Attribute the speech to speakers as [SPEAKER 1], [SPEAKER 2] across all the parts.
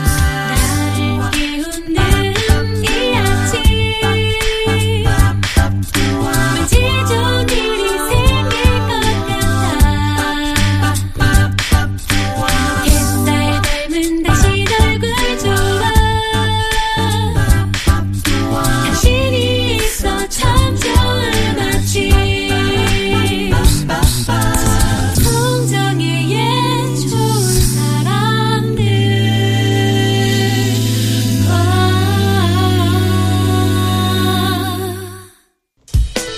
[SPEAKER 1] 나를 깨우는 이 아침 왠지 좋은 일이 생길 것 같아 햇살 닮은 당신 얼굴 좋아 당신이 있어 참 좋은 아침 성정의 예 좋은 사람들과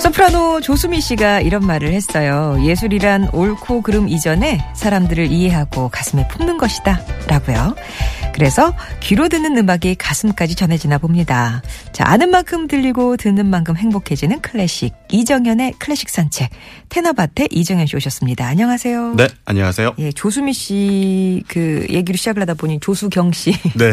[SPEAKER 2] 소프라노 조수미 씨가 이런 말을 했어요. 예술이란 옳고 그름 이전에 사람들을 이해하고 가슴에 품는 것이다. 라고요. 그래서 귀로 듣는 음악이 가슴까지 전해지나 봅니다. 자, 아는 만큼 들리고 듣는 만큼 행복해지는 클래식. 이정현의 클래식 산책. 테너밭에 이정현 씨 오셨습니다. 안녕하세요.
[SPEAKER 3] 네, 안녕하세요.
[SPEAKER 2] 예, 조수미 씨 그 얘기를 시작을 하다 보니 조수경 씨.
[SPEAKER 3] 네.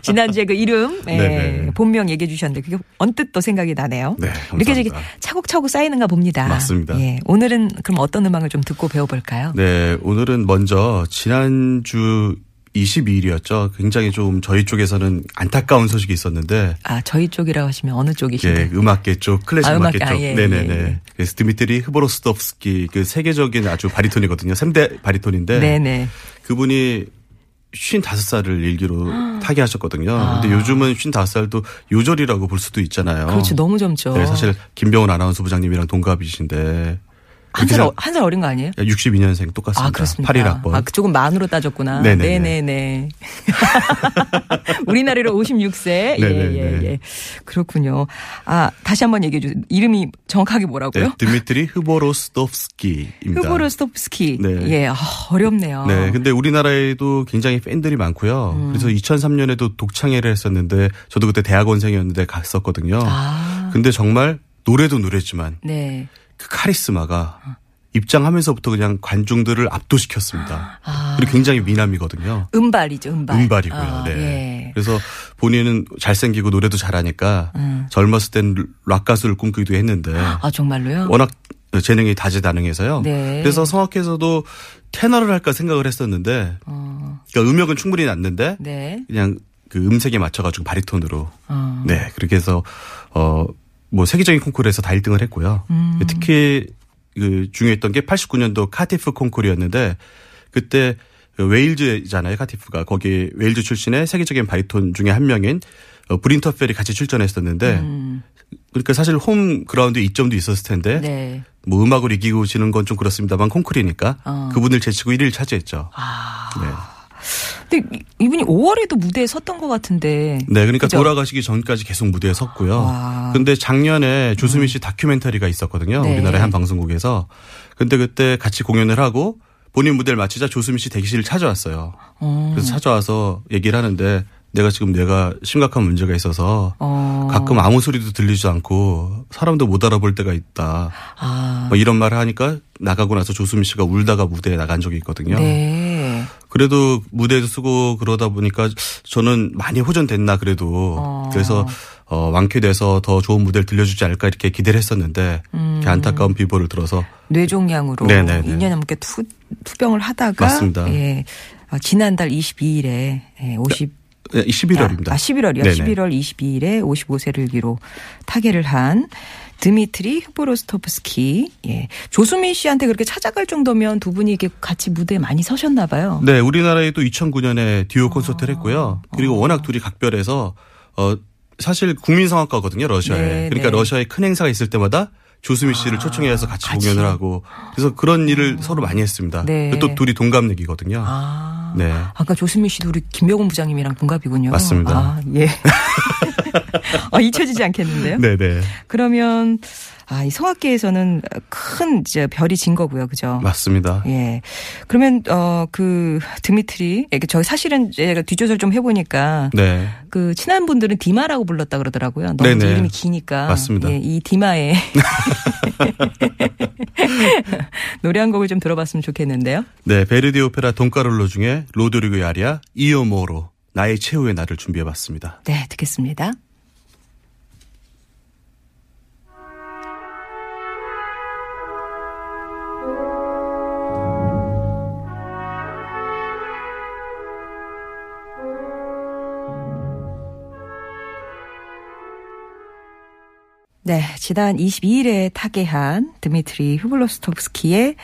[SPEAKER 2] 지난주에 그 이름, 예,
[SPEAKER 3] 네네.
[SPEAKER 2] 본명 얘기해 주셨는데 그게 언뜻 또 생각이 나네요.
[SPEAKER 3] 네,
[SPEAKER 2] 이렇게
[SPEAKER 3] 감사합니다.
[SPEAKER 2] 저기 차곡차곡 쌓이는가 봅니다.
[SPEAKER 3] 맞습니다.
[SPEAKER 2] 예, 오늘은 그럼 어떤 음악을 좀 듣고 배워볼까요?
[SPEAKER 3] 네, 오늘은 먼저 지난주 22일이었죠. 굉장히 좀 저희 쪽에서는 안타까운 소식이 있었는데
[SPEAKER 2] 아, 저희 쪽이라고 하시면 어느 쪽이신가요?
[SPEAKER 3] 예, 음악계 쪽, 클래식
[SPEAKER 2] 네. 아,
[SPEAKER 3] 음악계
[SPEAKER 2] 음악계, 아,
[SPEAKER 3] 쪽.
[SPEAKER 2] 예,
[SPEAKER 3] 네네네.
[SPEAKER 2] 예, 예.
[SPEAKER 3] 그래서 드미트리 흐보로스톱스키 그 세계적인 아주 바리톤이거든요. 3대 바리톤인데
[SPEAKER 2] 네네.
[SPEAKER 3] 그분이 55살을 일기로 타계하셨거든요. 근데 요즘은 55살도 요절이라고 볼 수도 있잖아요.
[SPEAKER 2] 아. 그렇죠. 너무 젊죠.
[SPEAKER 3] 네, 사실 김병훈 아나운서 부장님이랑 동갑이신데
[SPEAKER 2] 한 살, 어- 한살 어린 거 아니에요?
[SPEAKER 3] 62년생 똑같습니다.
[SPEAKER 2] 아, 그렇습니까?
[SPEAKER 3] 81학번.
[SPEAKER 2] 아, 조금 만으로 따졌구나.
[SPEAKER 3] 네네네.
[SPEAKER 2] 네네네. 우리나라로 56세. 예, 예,
[SPEAKER 3] 네네네.
[SPEAKER 2] 예. 그렇군요. 아, 다시 한번 얘기해 주세요. 이름이 정확하게 뭐라고요?
[SPEAKER 3] 네, 드미트리 흐보로스토프스키입니다.
[SPEAKER 2] 흐보로스톱스키.
[SPEAKER 3] 네.
[SPEAKER 2] 예, 아, 어렵네요.
[SPEAKER 3] 네, 근데 우리나라에도 굉장히 팬들이 많고요.
[SPEAKER 2] 음.
[SPEAKER 3] 그래서 2003년에도 독창회를 했었는데 저도 그때 대학원생이었는데 갔었거든요.
[SPEAKER 2] 아.
[SPEAKER 3] 근데 정말 노래도 노래지만
[SPEAKER 2] 네.
[SPEAKER 3] 그
[SPEAKER 2] 아.
[SPEAKER 3] 카리스마가 입장하면서부터 그냥 관중들을 압도시켰습니다. 그리고 굉장히 미남이거든요.
[SPEAKER 2] 음발이죠, 음발.
[SPEAKER 3] 음발이고요.
[SPEAKER 2] 아,
[SPEAKER 3] 네.
[SPEAKER 2] 예.
[SPEAKER 3] 그래서 본인은 잘생기고 노래도 잘하니까 젊었을 땐 락 가수를 꿈꾸기도 했는데
[SPEAKER 2] 음. 아, 정말로요?
[SPEAKER 3] 워낙 재능이 다재다능해서요.
[SPEAKER 2] 네.
[SPEAKER 3] 그래서 성악회에서도 테너를 할까 생각을 했었는데
[SPEAKER 2] 어,
[SPEAKER 3] 그러니까 음역은 충분히 났는데
[SPEAKER 2] 네.
[SPEAKER 3] 그냥 그 음색에 맞춰가지고 바리톤으로
[SPEAKER 2] 어.
[SPEAKER 3] 네 그렇게 해서 어 뭐 세계적인 콩쿠르에서 다 1등을 했고요.
[SPEAKER 2] 음.
[SPEAKER 3] 특히 그 중요했던 게 89년도 카티프 콩쿠르였는데 그때 그 웨일즈잖아요 카티프가 거기 웨일즈 출신의 세계적인 바리톤 중에 한 명인 어, 브린터펠이 같이 출전했었는데 그러니까 사실 홈 그라운드 이점도 있었을 텐데
[SPEAKER 2] 음. 네.
[SPEAKER 3] 뭐 음악으로 이기고 지는 건 좀 그렇습니다만 콩쿠르니까
[SPEAKER 2] 어. 아.
[SPEAKER 3] 그분을 제치고 1위를 차지했죠. 네.
[SPEAKER 2] 근데 이- 이분이 5월에도 무대에 섰던 것 같은데.
[SPEAKER 3] 네, 그러니까
[SPEAKER 2] 그죠?
[SPEAKER 3] 돌아가시기 전까지 계속 무대에
[SPEAKER 2] 와. 음.
[SPEAKER 3] 섰고요. 근데 작년에 조수미 씨 다큐멘터리가 있었거든요.
[SPEAKER 2] 네.
[SPEAKER 3] 우리나라의 한 방송국에서. 근데 그때 같이 공연을 하고 본인 무대를 마치자 조수미 씨 대기실을 찾아왔어요.
[SPEAKER 2] 어.
[SPEAKER 3] 그래서 찾아와서 얘기를 하는데 내가 지금 내가 심각한 문제가 있어서
[SPEAKER 2] 어.
[SPEAKER 3] 가끔 아무 소리도 들리지 않고 사람도 못 알아볼 때가 있다.
[SPEAKER 2] 아.
[SPEAKER 3] 뭐 이런 말을 하니까 나가고 나서 조수미 씨가 울다가 무대에 나간 적이 있거든요.
[SPEAKER 2] 네.
[SPEAKER 3] 그래도 무대에도 쓰고 그러다 보니까 저는 많이 호전됐나 그래도
[SPEAKER 2] 어.
[SPEAKER 3] 그래서 어, 완쾌돼서 더 좋은 무대를 들려주지 않을까 이렇게 기대를 했었는데
[SPEAKER 2] 음.
[SPEAKER 3] 이렇게 안타까운 비보를 들어서
[SPEAKER 2] 뇌종양으로
[SPEAKER 3] 네네네.
[SPEAKER 2] 2년 넘게 투, 투병을 하다가
[SPEAKER 3] 맞습니다.
[SPEAKER 2] 예. 아, 지난달 22일에 예, 50
[SPEAKER 3] 네, 11월입니다.
[SPEAKER 2] 아, 11월이요.
[SPEAKER 3] 네네.
[SPEAKER 2] 11월 22일에 55세를 기로 타계를 한 드미트리 흐보로스토프스키. 예. 조수민 씨한테 그렇게 찾아갈 정도면 두 분이 이렇게 같이 무대에 많이 서셨나 봐요.
[SPEAKER 3] 네, 우리나라에도 2009년에 듀오 콘서트를 했고요.
[SPEAKER 2] 아.
[SPEAKER 3] 그리고 워낙 둘이 각별해서 어 사실 국민 성악가거든요, 러시아에.
[SPEAKER 2] 네, 아,
[SPEAKER 3] 그러니까
[SPEAKER 2] 네.
[SPEAKER 3] 러시아에 큰 행사가 있을 때마다 조수미 씨를 초청해서 같이, 공연을 하고 그래서 그런 일을 서로 많이 했습니다.
[SPEAKER 2] 아. 네.
[SPEAKER 3] 그리고 또 둘이 동갑내기거든요.
[SPEAKER 2] 아.
[SPEAKER 3] 네.
[SPEAKER 2] 아까 조수민 씨도 우리 김명훈 부장님이랑 동갑이군요.
[SPEAKER 3] 맞습니다.
[SPEAKER 2] 아, 예. 어, 잊혀지지 않겠는데요?
[SPEAKER 3] 네네.
[SPEAKER 2] 그러면 아, 이 성악계에서는 큰 이제 별이 진 거고요. 그죠?
[SPEAKER 3] 맞습니다.
[SPEAKER 2] 예. 그러면 어그 드미트리 이게 저희 사실은 제가 뒷조사를 좀해 보니까
[SPEAKER 3] 네.
[SPEAKER 2] 그 친한 분들은 디마라고 불렀다 그러더라고요. 너무
[SPEAKER 3] 네네.
[SPEAKER 2] 이제 이름이 기니까.
[SPEAKER 3] 맞습니다.
[SPEAKER 2] 예, 이 디마의 노래 한 곡을 좀 들어봤으면 좋겠는데요.
[SPEAKER 3] 네, 베르디 오페라 돈카롤로 중에 로드리고 야리아 이오모로 나의 최후의 날을 준비해 봤습니다.
[SPEAKER 2] 네, 듣겠습니다. 네, 지난 22일에 타계한 드미트리 후블로스톱스키의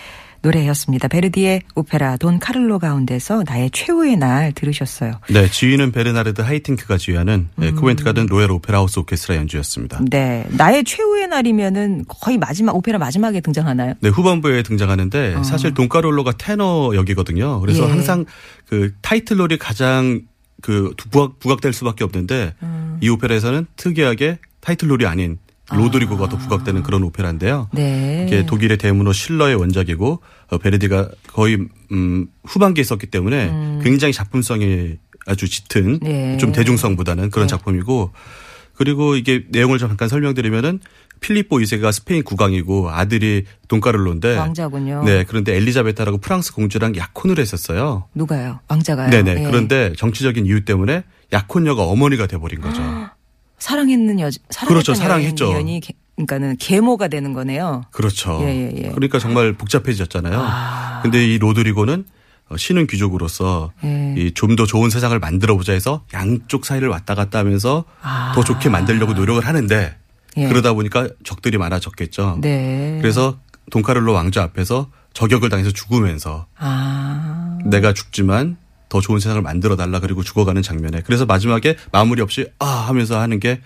[SPEAKER 2] 노래였습니다. 베르디의 오페라 돈 카를로 가운데서 나의 최후의 날 들으셨어요.
[SPEAKER 3] 네, 지휘는 베르나르드 하이틴크가 지휘하는 네,
[SPEAKER 2] 음.
[SPEAKER 3] 코벤트 가든 로얄 오페라 하우스 오케스트라 연주였습니다.
[SPEAKER 2] 네. 나의 최후의 날이면은 거의 마지막, 오페라 마지막에 등장하나요?
[SPEAKER 3] 네, 아. 후반부에 등장하는데 사실 돈카롤로가 테너 역이거든요. 그래서
[SPEAKER 2] 예.
[SPEAKER 3] 항상 그 타이틀롤이 가장 그 부각, 부각될 수밖에 없는데 이 오페라에서는 특이하게 타이틀롤이 아닌 로드리고가 더 부각되는 그런 오페라인데요.
[SPEAKER 2] 네.
[SPEAKER 3] 이게 예, 독일의 대문호 실러의 원작이고 어, 베르디가 거의 음, 후반기에 썼기 때문에 굉장히 작품성이 아주 짙은
[SPEAKER 2] 음. 네.
[SPEAKER 3] 좀 대중성보다는 그런 작품이고 그리고 이게 내용을 잠깐 설명드리면은 필리포 2세가 스페인 국왕이고 아들이 돈카를로인데
[SPEAKER 2] 왕자군요.
[SPEAKER 3] 네 그런데 엘리자베타라고 프랑스 공주랑 약혼을 했었어요.
[SPEAKER 2] 누가요? 왕자가요?
[SPEAKER 3] 네네
[SPEAKER 2] 예.
[SPEAKER 3] 그런데 정치적인 이유 때문에 약혼녀가 어머니가 돼버린 거죠.
[SPEAKER 2] 사랑했는 여자,
[SPEAKER 3] 그렇죠, 사랑했죠.
[SPEAKER 2] 연이 그러니까는 계모가 되는 거네요.
[SPEAKER 3] 그렇죠.
[SPEAKER 2] 예, 예, 예.
[SPEAKER 3] 그러니까 정말 복잡해졌잖아요. 근데 이 로드리고는 어, 신은 귀족으로서
[SPEAKER 2] 예.
[SPEAKER 3] 좀 더 좋은 세상을 만들어 보자 해서 양쪽 사이를 왔다 갔다 하면서 더 좋게 만들려고 노력을 하는데
[SPEAKER 2] 아. 예.
[SPEAKER 3] 그러다 보니까 적들이 많아졌겠죠.
[SPEAKER 2] 네.
[SPEAKER 3] 그래서 돈카를로 왕자 앞에서 저격을 당해서 죽으면서
[SPEAKER 2] 아.
[SPEAKER 3] 내가 죽지만 더 좋은 세상을 만들어 달라 그리고 죽어가는 장면에 그래서 마지막에 마무리 없이 아 하면서 하는 게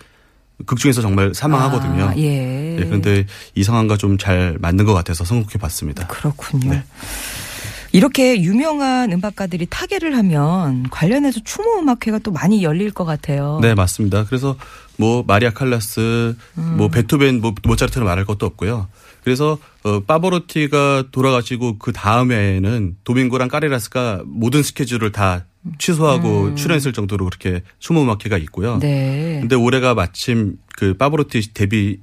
[SPEAKER 3] 극 중에서 정말 사망하거든요.
[SPEAKER 2] 아, 예.
[SPEAKER 3] 예, 그런데 이 상황과 좀 잘 맞는 것 같아서 선곡해 봤습니다.
[SPEAKER 2] 그렇군요.
[SPEAKER 3] 네.
[SPEAKER 2] 이렇게 유명한 음악가들이 타계를 하면 관련해서 추모 음악회가 또 많이 열릴 것 같아요.
[SPEAKER 3] 네, 맞습니다. 그래서 뭐 마리아 칼라스, 뭐 베토벤, 뭐 모차르트는 말할 것도 없고요. 그래서 어 파버로티가 돌아가시고 그 다음에는 도밍고랑 까레라스가 모든 스케줄을 다 취소하고 출연했을 정도로 그렇게 추모 음악회가 있고요.
[SPEAKER 2] 네.
[SPEAKER 3] 근데 올해가 마침 그 파버로티 데뷔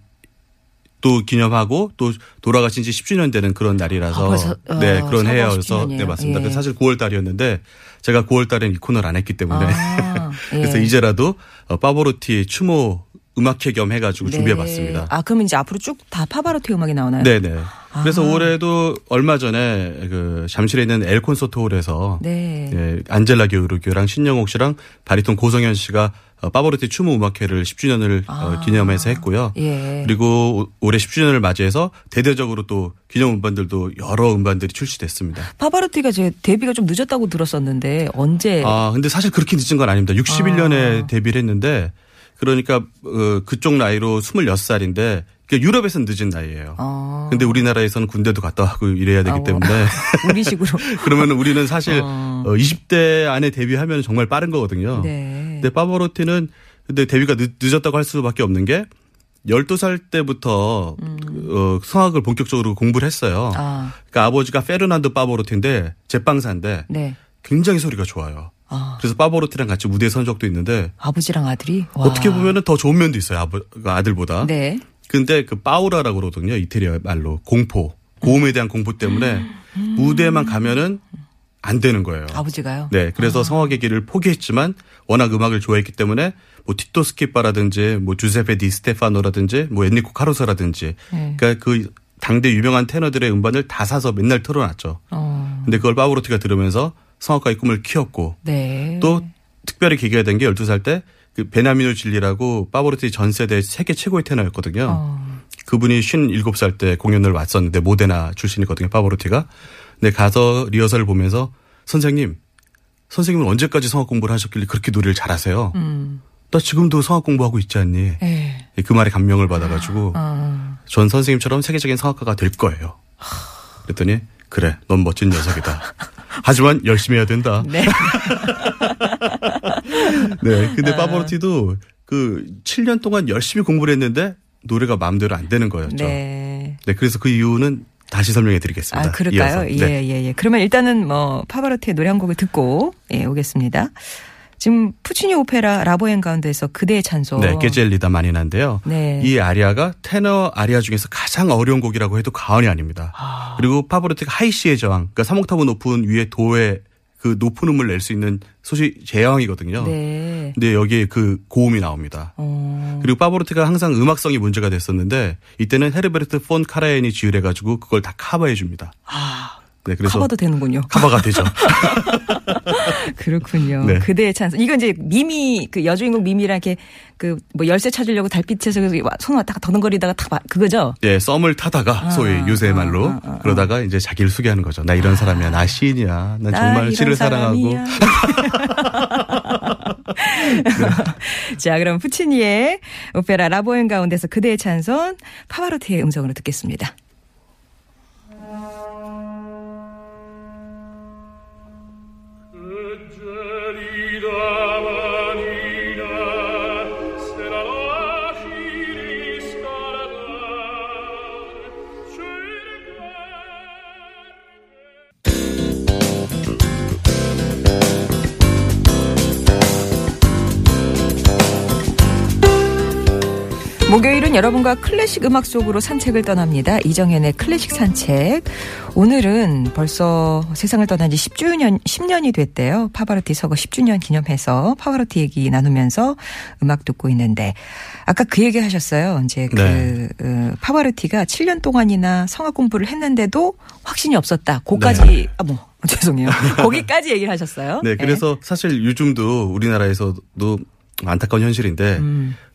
[SPEAKER 3] 또 기념하고 또 돌아가신 지 10주년 되는 그런 날이라서
[SPEAKER 2] 아, 벌써, 어,
[SPEAKER 3] 네 그런
[SPEAKER 2] 사고
[SPEAKER 3] 해여서
[SPEAKER 2] 10주년 이에요.
[SPEAKER 3] 네 맞습니다.
[SPEAKER 2] 예.
[SPEAKER 3] 그래서 사실 9월 달이었는데 제가 9월 달엔 이 코너를 안 했기 때문에
[SPEAKER 2] 아, 예.
[SPEAKER 3] 네. 그래서 이제라도 어, 파버로티 추모 음악회 겸 해가지고
[SPEAKER 2] 네.
[SPEAKER 3] 준비해봤습니다.
[SPEAKER 2] 아, 그럼 이제 앞으로 쭉 다 파바로티 음악이 나오나요?
[SPEAKER 3] 네네. 그래서
[SPEAKER 2] 아.
[SPEAKER 3] 올해도 얼마 전에 그 잠실에 있는 엘 콘서트 홀에서
[SPEAKER 2] 네.
[SPEAKER 3] 예, 안젤라 교육교랑 신영옥 씨랑 바리톤 고성현 씨가 어, 파버로티 추모 음악회를 10주년을 어, 기념해서 했고요.
[SPEAKER 2] 아. 예.
[SPEAKER 3] 그리고 오- 올해 10주년을 맞이해서 대대적으로 또 기념 음반들도 여러 음반들이 출시됐습니다.
[SPEAKER 2] 파바로티가 제 데뷔가 좀 늦었다고 들었었는데 언제
[SPEAKER 3] 아, 근데 사실 그렇게 늦은 건 아닙니다. 61년에 데뷔를 했는데 그러니까 어, 그쪽 나이로 26살인데 그러니까 유럽에서는 늦은 나이예요.
[SPEAKER 2] 아.
[SPEAKER 3] 근데 우리나라에서는 군대도 갔다 하고 이래야 되기
[SPEAKER 2] 아, 뭐.
[SPEAKER 3] 때문에
[SPEAKER 2] 우리식으로
[SPEAKER 3] 그러면 우리는 사실 어, 20대 안에 데뷔하면 정말 빠른 거거든요.
[SPEAKER 2] 네.
[SPEAKER 3] 어. 근데 파버로티는 근데 데뷔가 늦, 늦었다고 할 수밖에 없는 게 12살 때부터 어, 성악을 본격적으로 공부를 했어요.
[SPEAKER 2] 음. 아.
[SPEAKER 3] 그러니까 아버지가 페르난도 파버로티인데 제빵사인데
[SPEAKER 2] 네.
[SPEAKER 3] 굉장히 소리가 좋아요.
[SPEAKER 2] 아.
[SPEAKER 3] 그래서 파버로티랑 같이 무대에 선 적도 있는데
[SPEAKER 2] 아버지랑 아들이 와.
[SPEAKER 3] 어떻게 보면은 더 좋은 면도 있어요. 아버, 그 아들보다.
[SPEAKER 2] 네.
[SPEAKER 3] 근데 그 파우라라고 그러거든요. 이태리어 말로 공포. 고음에 대한 공포 때문에 무대만 가면은 안 되는 거예요.
[SPEAKER 2] 음. 아버지가요.
[SPEAKER 3] 네, 그래서 성악의 길을 포기했지만 워낙 음악을 좋아했기 때문에 뭐 티토 스키파라든지 뭐 주세페 디 스테파노라든지 뭐 엔리코 카루소라든지
[SPEAKER 2] 네.
[SPEAKER 3] 그러니까 그 당대 유명한 테너들의 음반을 다 사서 맨날 틀어놨죠.
[SPEAKER 2] 어.
[SPEAKER 3] 근데 그걸 파브로티가 들으면서 성악가의 꿈을 키웠고
[SPEAKER 2] 네.
[SPEAKER 3] 또 특별히 기계가 된 게 12살 때 그 베나미노 진리라고 파브로티 전 세대 세계 최고의 테너였거든요.
[SPEAKER 2] 어.
[SPEAKER 3] 그분이 57살 때 공연을 왔었는데 모데나 출신이거든요. 파브로티가. 근데 가서 리허설을 보면서 선생님, 선생님은 언제까지 성악 공부를 하셨길래 그렇게 노래를 잘하세요? 나 지금도 성악 공부하고 있지 않니?
[SPEAKER 2] 예. 어.
[SPEAKER 3] 그 음. 말에 감명을 받아가지고 전 선생님처럼 세계적인 성악가가 될 거예요. 그랬더니 그래, 넌 멋진 녀석이다. 하지만 열심히 해야 된다.
[SPEAKER 2] 네.
[SPEAKER 3] 네. 근데 파버로티도 그 그 7년 동안 열심히 공부를 했는데 노래가 마음대로 안 되는 거였죠. 네.
[SPEAKER 2] 네.
[SPEAKER 3] 그래서 그 이유는 다시 설명해 드리겠습니다.
[SPEAKER 2] 아, 그럴까요?
[SPEAKER 3] 이어서. 네.
[SPEAKER 2] 예, 예, 예. 그러면 일단은 뭐, 파바로티의 노래 한 곡을 듣고, 예, 오겠습니다. 지금 푸치니 오페라 라보엔 가운데서 그대의 찬송.
[SPEAKER 3] 네, 게젤리다 마니나인데요.
[SPEAKER 2] 네.
[SPEAKER 3] 이 아리아가 테너 아리아 중에서 가장 어려운 곡이라고 해도 과언이 아닙니다. 그리고 파브로티가 하이시의 저항, 그러니까 3옥타브 높은 위에 도에 그 높은 음을 낼 수 있는 소식 제왕이거든요.
[SPEAKER 2] 네.
[SPEAKER 3] 근데 여기에 그 고음이 나옵니다.
[SPEAKER 2] 어,
[SPEAKER 3] 그리고 파브로티가 항상 음악성이 문제가 됐었는데 이때는 헤르베르트 폰 카라얀이 지휘를 해가지고 그걸 다 커버해 줍니다.
[SPEAKER 2] 아,
[SPEAKER 3] 네, 그래서
[SPEAKER 2] 커버도 되는군요.
[SPEAKER 3] 커버가 되죠.
[SPEAKER 2] 그렇군요.
[SPEAKER 3] 네.
[SPEAKER 2] 그대의 찬송. 이건 이제 미미, 그 여주인공 미미랑 이렇게 그 뭐 열쇠 찾으려고 달빛에서 그래서 손 왔다가 더듬거리다가 탁, 마- 그거죠?
[SPEAKER 3] 예, 썸을
[SPEAKER 2] 아,
[SPEAKER 3] 타다가 소위 요새 말로 그러다가 이제 자기를 소개하는 거죠. 나 이런 사람이야, 나 시인이야, 난
[SPEAKER 2] 아, 나
[SPEAKER 3] 정말
[SPEAKER 2] 이런
[SPEAKER 3] 시를 사랑하고.
[SPEAKER 2] 사람이야. 자, 그럼 푸치니의 오페라 라보엔 가운데서 그대의 찬송 파바로티의 음성으로 듣겠습니다.
[SPEAKER 4] gelida manina se la lasci riscaldar cercare
[SPEAKER 2] 목요일은 여러분과 클래식 음악 속으로 산책을 떠납니다. 이정현의 클래식 산책. 오늘은 벌써 세상을 떠난 지 10주년, 10년이 됐대요. 파바로티 서거 10주년 기념해서 파바로티 얘기 나누면서 음악 듣고 있는데 아까 그 얘기 하셨어요. 이제 그
[SPEAKER 3] 네.
[SPEAKER 2] 어, 파바로티가 7년 동안이나 성악 공부를 했는데도 확신이 없었다. 거기까지
[SPEAKER 3] 네.
[SPEAKER 2] 아, 뭐 죄송해요. 거기까지 얘기를 하셨어요. 예.
[SPEAKER 3] 네, 그래서 사실 요즘도 우리나라에서도 안타까운 현실인데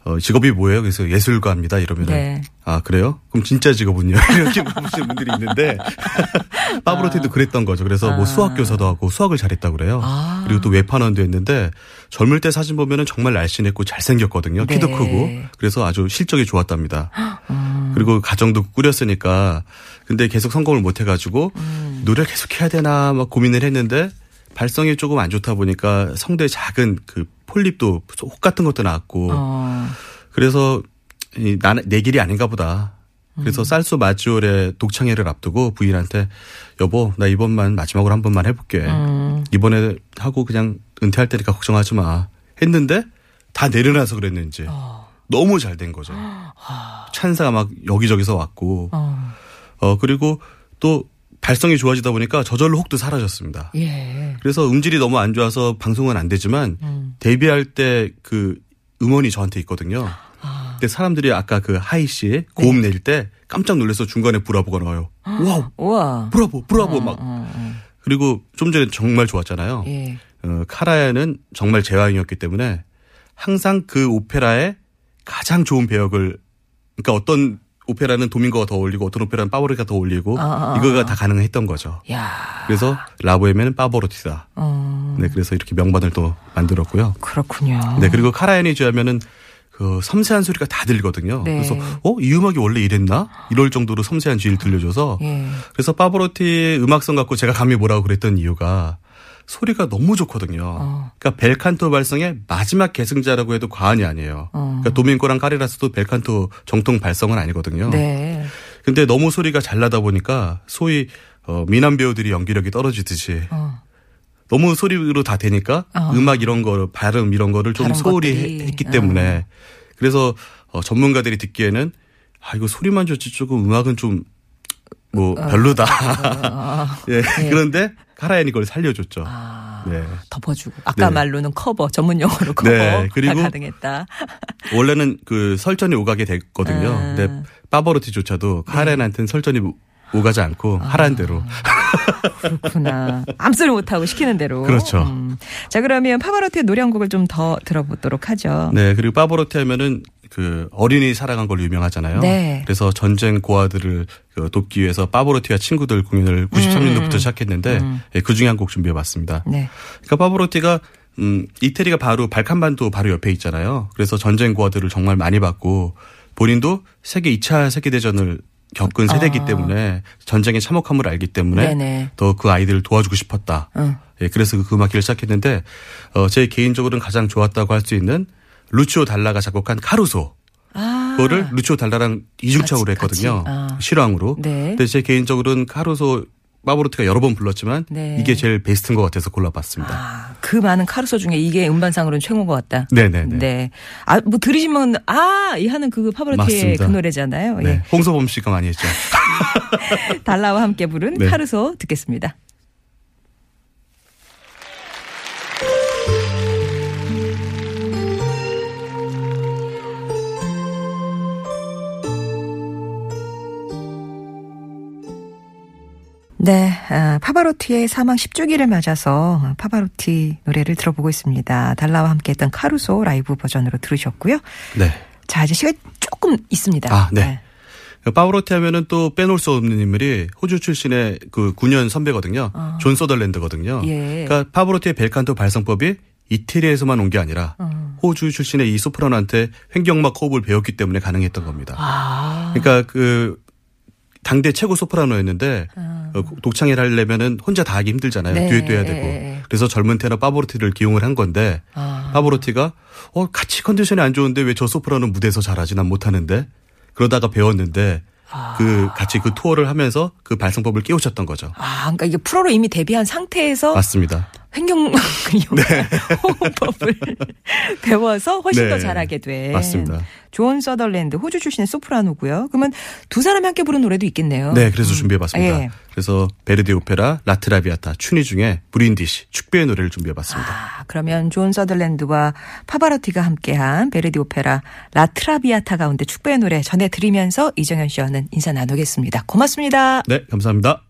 [SPEAKER 3] 어, 직업이 뭐예요? 그래서 예술가입니다. 이러면
[SPEAKER 2] 음. 네.
[SPEAKER 3] 은아 그래요? 그럼 진짜 직업은요? 이렇게 물으시는 분들이 있는데 파브로티도 그랬던 거죠. 그래서 뭐 수학 교사도 하고 수학을 잘했다 그래요.
[SPEAKER 2] 아.
[SPEAKER 3] 그리고 또 외판원도 했는데 젊을 때 사진 보면은 정말 날씬했고 잘생겼거든요. 키도
[SPEAKER 2] 네.
[SPEAKER 3] 크고 그래서 아주 실적이 좋았답니다. 그리고 가정도 꾸렸으니까 근데 계속 성공을 못 해가지고 노래 를 계속 해야 되나 막 고민을 했는데 발성이 조금 안 좋다 보니까 성대 작은 그 폴립도 혹 같은 것도 나왔고
[SPEAKER 2] 어,
[SPEAKER 3] 그래서 이 나는 내 길이 아닌가 보다. 그래서 쌀수 마지올의 독창회를 앞두고 부인한테 여보 나 이번만 마지막으로 한 번만 해볼게. 이번에 하고 그냥 은퇴할 테니까 걱정하지 마. 했는데 다 내려놔서 그랬는지 너무 잘 된 거죠. 찬사가 막 여기저기서 왔고
[SPEAKER 2] 어,
[SPEAKER 3] 어 그리고 또 발성이 좋아지다 보니까 저절로 혹도 사라졌습니다.
[SPEAKER 2] 예.
[SPEAKER 3] 그래서 음질이 너무 안 좋아서 방송은 안 되지만
[SPEAKER 2] 음.
[SPEAKER 3] 데뷔할 때 그 음원이 저한테 있거든요.
[SPEAKER 2] 아.
[SPEAKER 3] 근데 사람들이 아까 그 하이 씨
[SPEAKER 2] 네.
[SPEAKER 3] 고음 내릴 때 깜짝 놀라서 중간에 브라보가 나와요. 와우,
[SPEAKER 2] 우와.
[SPEAKER 3] 브라보, 브라보 막. 그리고 좀 전에 정말 좋았잖아요.
[SPEAKER 2] 어, 예.
[SPEAKER 3] 어, 카라야는 정말 제왕이었기 때문에 항상 그 오페라의 가장 좋은 배역을 그러니까 어떤 오페라는 도밍고가 더 어울리고 어떤 오페라는 파보르가 더 어울리고 이거가 다 가능했던 거죠.
[SPEAKER 2] 아, 야.
[SPEAKER 3] 그래서 라보에메는 파보르티다.
[SPEAKER 2] 어,
[SPEAKER 3] 네, 그래서 이렇게 명반을 또 만들었고요.
[SPEAKER 2] 그렇군요.
[SPEAKER 3] 네, 그리고 카라얀이 주하면은 그 섬세한 소리가 다 들리거든요.
[SPEAKER 2] 네.
[SPEAKER 3] 그래서 어, 이 음악이 원래 이랬나? 이럴 정도로 섬세한 주의를 들려줘서
[SPEAKER 2] 예.
[SPEAKER 3] 그래서 파브로티의 음악성 갖고 제가 감히 뭐라고 그랬던 이유가 소리가 너무 좋거든요.
[SPEAKER 2] 어.
[SPEAKER 3] 그러니까 벨칸토 발성의 마지막 계승자라고 해도 과언이 아니에요.
[SPEAKER 2] 어.
[SPEAKER 3] 그러니까 도밍고랑 카리라스도 벨칸토 정통 발성은 아니거든요.
[SPEAKER 2] 네.
[SPEAKER 3] 근데 너무 소리가 잘 나다 보니까 소위 어, 미남 배우들이 연기력이 떨어지듯이
[SPEAKER 2] 어.
[SPEAKER 3] 너무 소리로 다 되니까
[SPEAKER 2] 어.
[SPEAKER 3] 음악 이런 거 발음 이런 거를 좀
[SPEAKER 2] 다른
[SPEAKER 3] 소홀히
[SPEAKER 2] 것들이.
[SPEAKER 3] 해- 했기 때문에 그래서 어, 전문가들이 듣기에는 아 이거 소리만 좋지 조금 음악은 좀 뭐
[SPEAKER 2] 어.
[SPEAKER 3] 별로다. 예. 그런데 카라얀이 그걸 살려줬죠.
[SPEAKER 2] 아,
[SPEAKER 3] 네.
[SPEAKER 2] 덮어주고. 아까
[SPEAKER 3] 네.
[SPEAKER 2] 말로는 커버, 전문 용어로 커버.
[SPEAKER 3] 네, 그리고
[SPEAKER 2] 다 가능했다.
[SPEAKER 3] 원래는 그 설전이 오가게 됐거든요.
[SPEAKER 2] 아.
[SPEAKER 3] 근데 파버로티조차도 카라얀한테는 설전이 오가지 않고
[SPEAKER 2] 아.
[SPEAKER 3] 하라는 대로
[SPEAKER 2] 그렇구나. 암소를 못하고 시키는 대로.
[SPEAKER 3] 그렇죠.
[SPEAKER 2] 음. 자, 그러면 파바로티의 노래 한 곡을 좀 더 들어보도록 하죠.
[SPEAKER 3] 네, 그리고 파보로티 하면은 그 어린이 사랑한 걸로 유명하잖아요.
[SPEAKER 2] 네.
[SPEAKER 3] 그래서 전쟁 고아들을 그 돕기 위해서 파보로티와 친구들 공연을 93년도부터 시작했는데 예, 그 중에 한 곡 준비해봤습니다.
[SPEAKER 2] 음. 네.
[SPEAKER 3] 그러니까 파보로티가 음, 이태리가 바로 발칸반도 바로 옆에 있잖아요. 그래서 전쟁 고아들을 정말 많이 봤고 본인도 세계 2차 세계 대전을 겪은 세대이기 때문에 전쟁의 참혹함을 알기 때문에
[SPEAKER 2] 아. 네네.
[SPEAKER 3] 더 그 아이들을 도와주고 싶었다. 예, 그래서 그 음악기를 시작했는데 어, 제 개인적으로는 가장 좋았다고 할 수 있는 루치오 달라가 작곡한 카루소.
[SPEAKER 2] 아.
[SPEAKER 3] 그거를 루치오 달라랑 이중창으로
[SPEAKER 2] 같이,
[SPEAKER 3] 했거든요.
[SPEAKER 2] 같이. 아.
[SPEAKER 3] 실황으로.
[SPEAKER 2] 네.
[SPEAKER 3] 근데 제 개인적으로는 카루소 마보르트가 여러 번 불렀지만
[SPEAKER 2] 네.
[SPEAKER 3] 이게 제일 베스트인 것 같아서 골라봤습니다.
[SPEAKER 2] 아, 그 많은 카루소 중에 이게 음반상으로는 최고인 것 같다.
[SPEAKER 3] 네네네.
[SPEAKER 2] 네. 아, 뭐 들으시면, 아! 이 하는 그 파브로티의
[SPEAKER 3] 맞습니다.
[SPEAKER 2] 그 노래잖아요.
[SPEAKER 3] 네. 홍서범 씨가 많이 했죠.
[SPEAKER 2] 예. 달라와 함께 부른
[SPEAKER 3] 네.
[SPEAKER 2] 카루소 듣겠습니다. 네, 아, 파바로티의 사망 10주기를 맞아서 파바로티 노래를 들어보고 있습니다. 달라와 함께했던 카루소 라이브 버전으로 들으셨고요.
[SPEAKER 3] 네.
[SPEAKER 2] 자, 이제 시간 이 조금 있습니다.
[SPEAKER 3] 아, 네. 파우로티 하면은 또 빼놓을 수 없는 인물이 호주 출신의 그 9년 선배거든요. 존 서덜랜드거든요.
[SPEAKER 2] 아. 예.
[SPEAKER 3] 그러니까 파브로티의 벨칸토 발성법이 이태리에서만 온 게 아니라
[SPEAKER 2] 어.
[SPEAKER 3] 호주 출신의 이 소프라노한테 횡격막 호흡을 배웠기 때문에 가능했던 겁니다.
[SPEAKER 2] 아.
[SPEAKER 3] 그러니까 그 당대 최고 소프라노였는데 어, 독창회를 하려면은 혼자 다 하기 힘들잖아요.
[SPEAKER 2] 아. 네.
[SPEAKER 3] 듀엣도 해야
[SPEAKER 2] 예, 예, 예.
[SPEAKER 3] 되고. 그래서 젊은 테너 파브로티를 기용을 한 건데
[SPEAKER 2] 아.
[SPEAKER 3] 파브로티가 어 같이 컨디션이 안 좋은데 왜 저 소프라노 무대에서 잘하지 난 못하는데 그러다가 배웠는데
[SPEAKER 2] 아.
[SPEAKER 3] 그 같이 그 투어를 하면서 그 발성법을 깨우쳤던 거죠.
[SPEAKER 2] 아, 그러니까 이게 프로로 이미 데뷔한 상태에서
[SPEAKER 3] 맞습니다.
[SPEAKER 2] 횡경 호흡법을 배워서 훨씬
[SPEAKER 3] 네.
[SPEAKER 2] 더 잘하게 돼.
[SPEAKER 3] 맞습니다.
[SPEAKER 2] 존 서덜랜드 호주 출신의 소프라노고요. 그러면 두 사람이 함께 부른 노래도 있겠네요.
[SPEAKER 3] 네, 그래서
[SPEAKER 2] 음.
[SPEAKER 3] 준비해봤습니다.
[SPEAKER 2] 예.
[SPEAKER 3] 그래서 베르디 오페라 라트라비아타 춘희 중에 브린디시 축배의 노래를 준비해봤습니다.
[SPEAKER 2] 아, 그러면 존 서덜랜드와 파바로티가 함께한 베르디 오페라 라트라비아타 가운데 축배의 노래 전해드리면서 이정현 씨와는 인사 나누겠습니다. 고맙습니다.
[SPEAKER 3] 네, 감사합니다.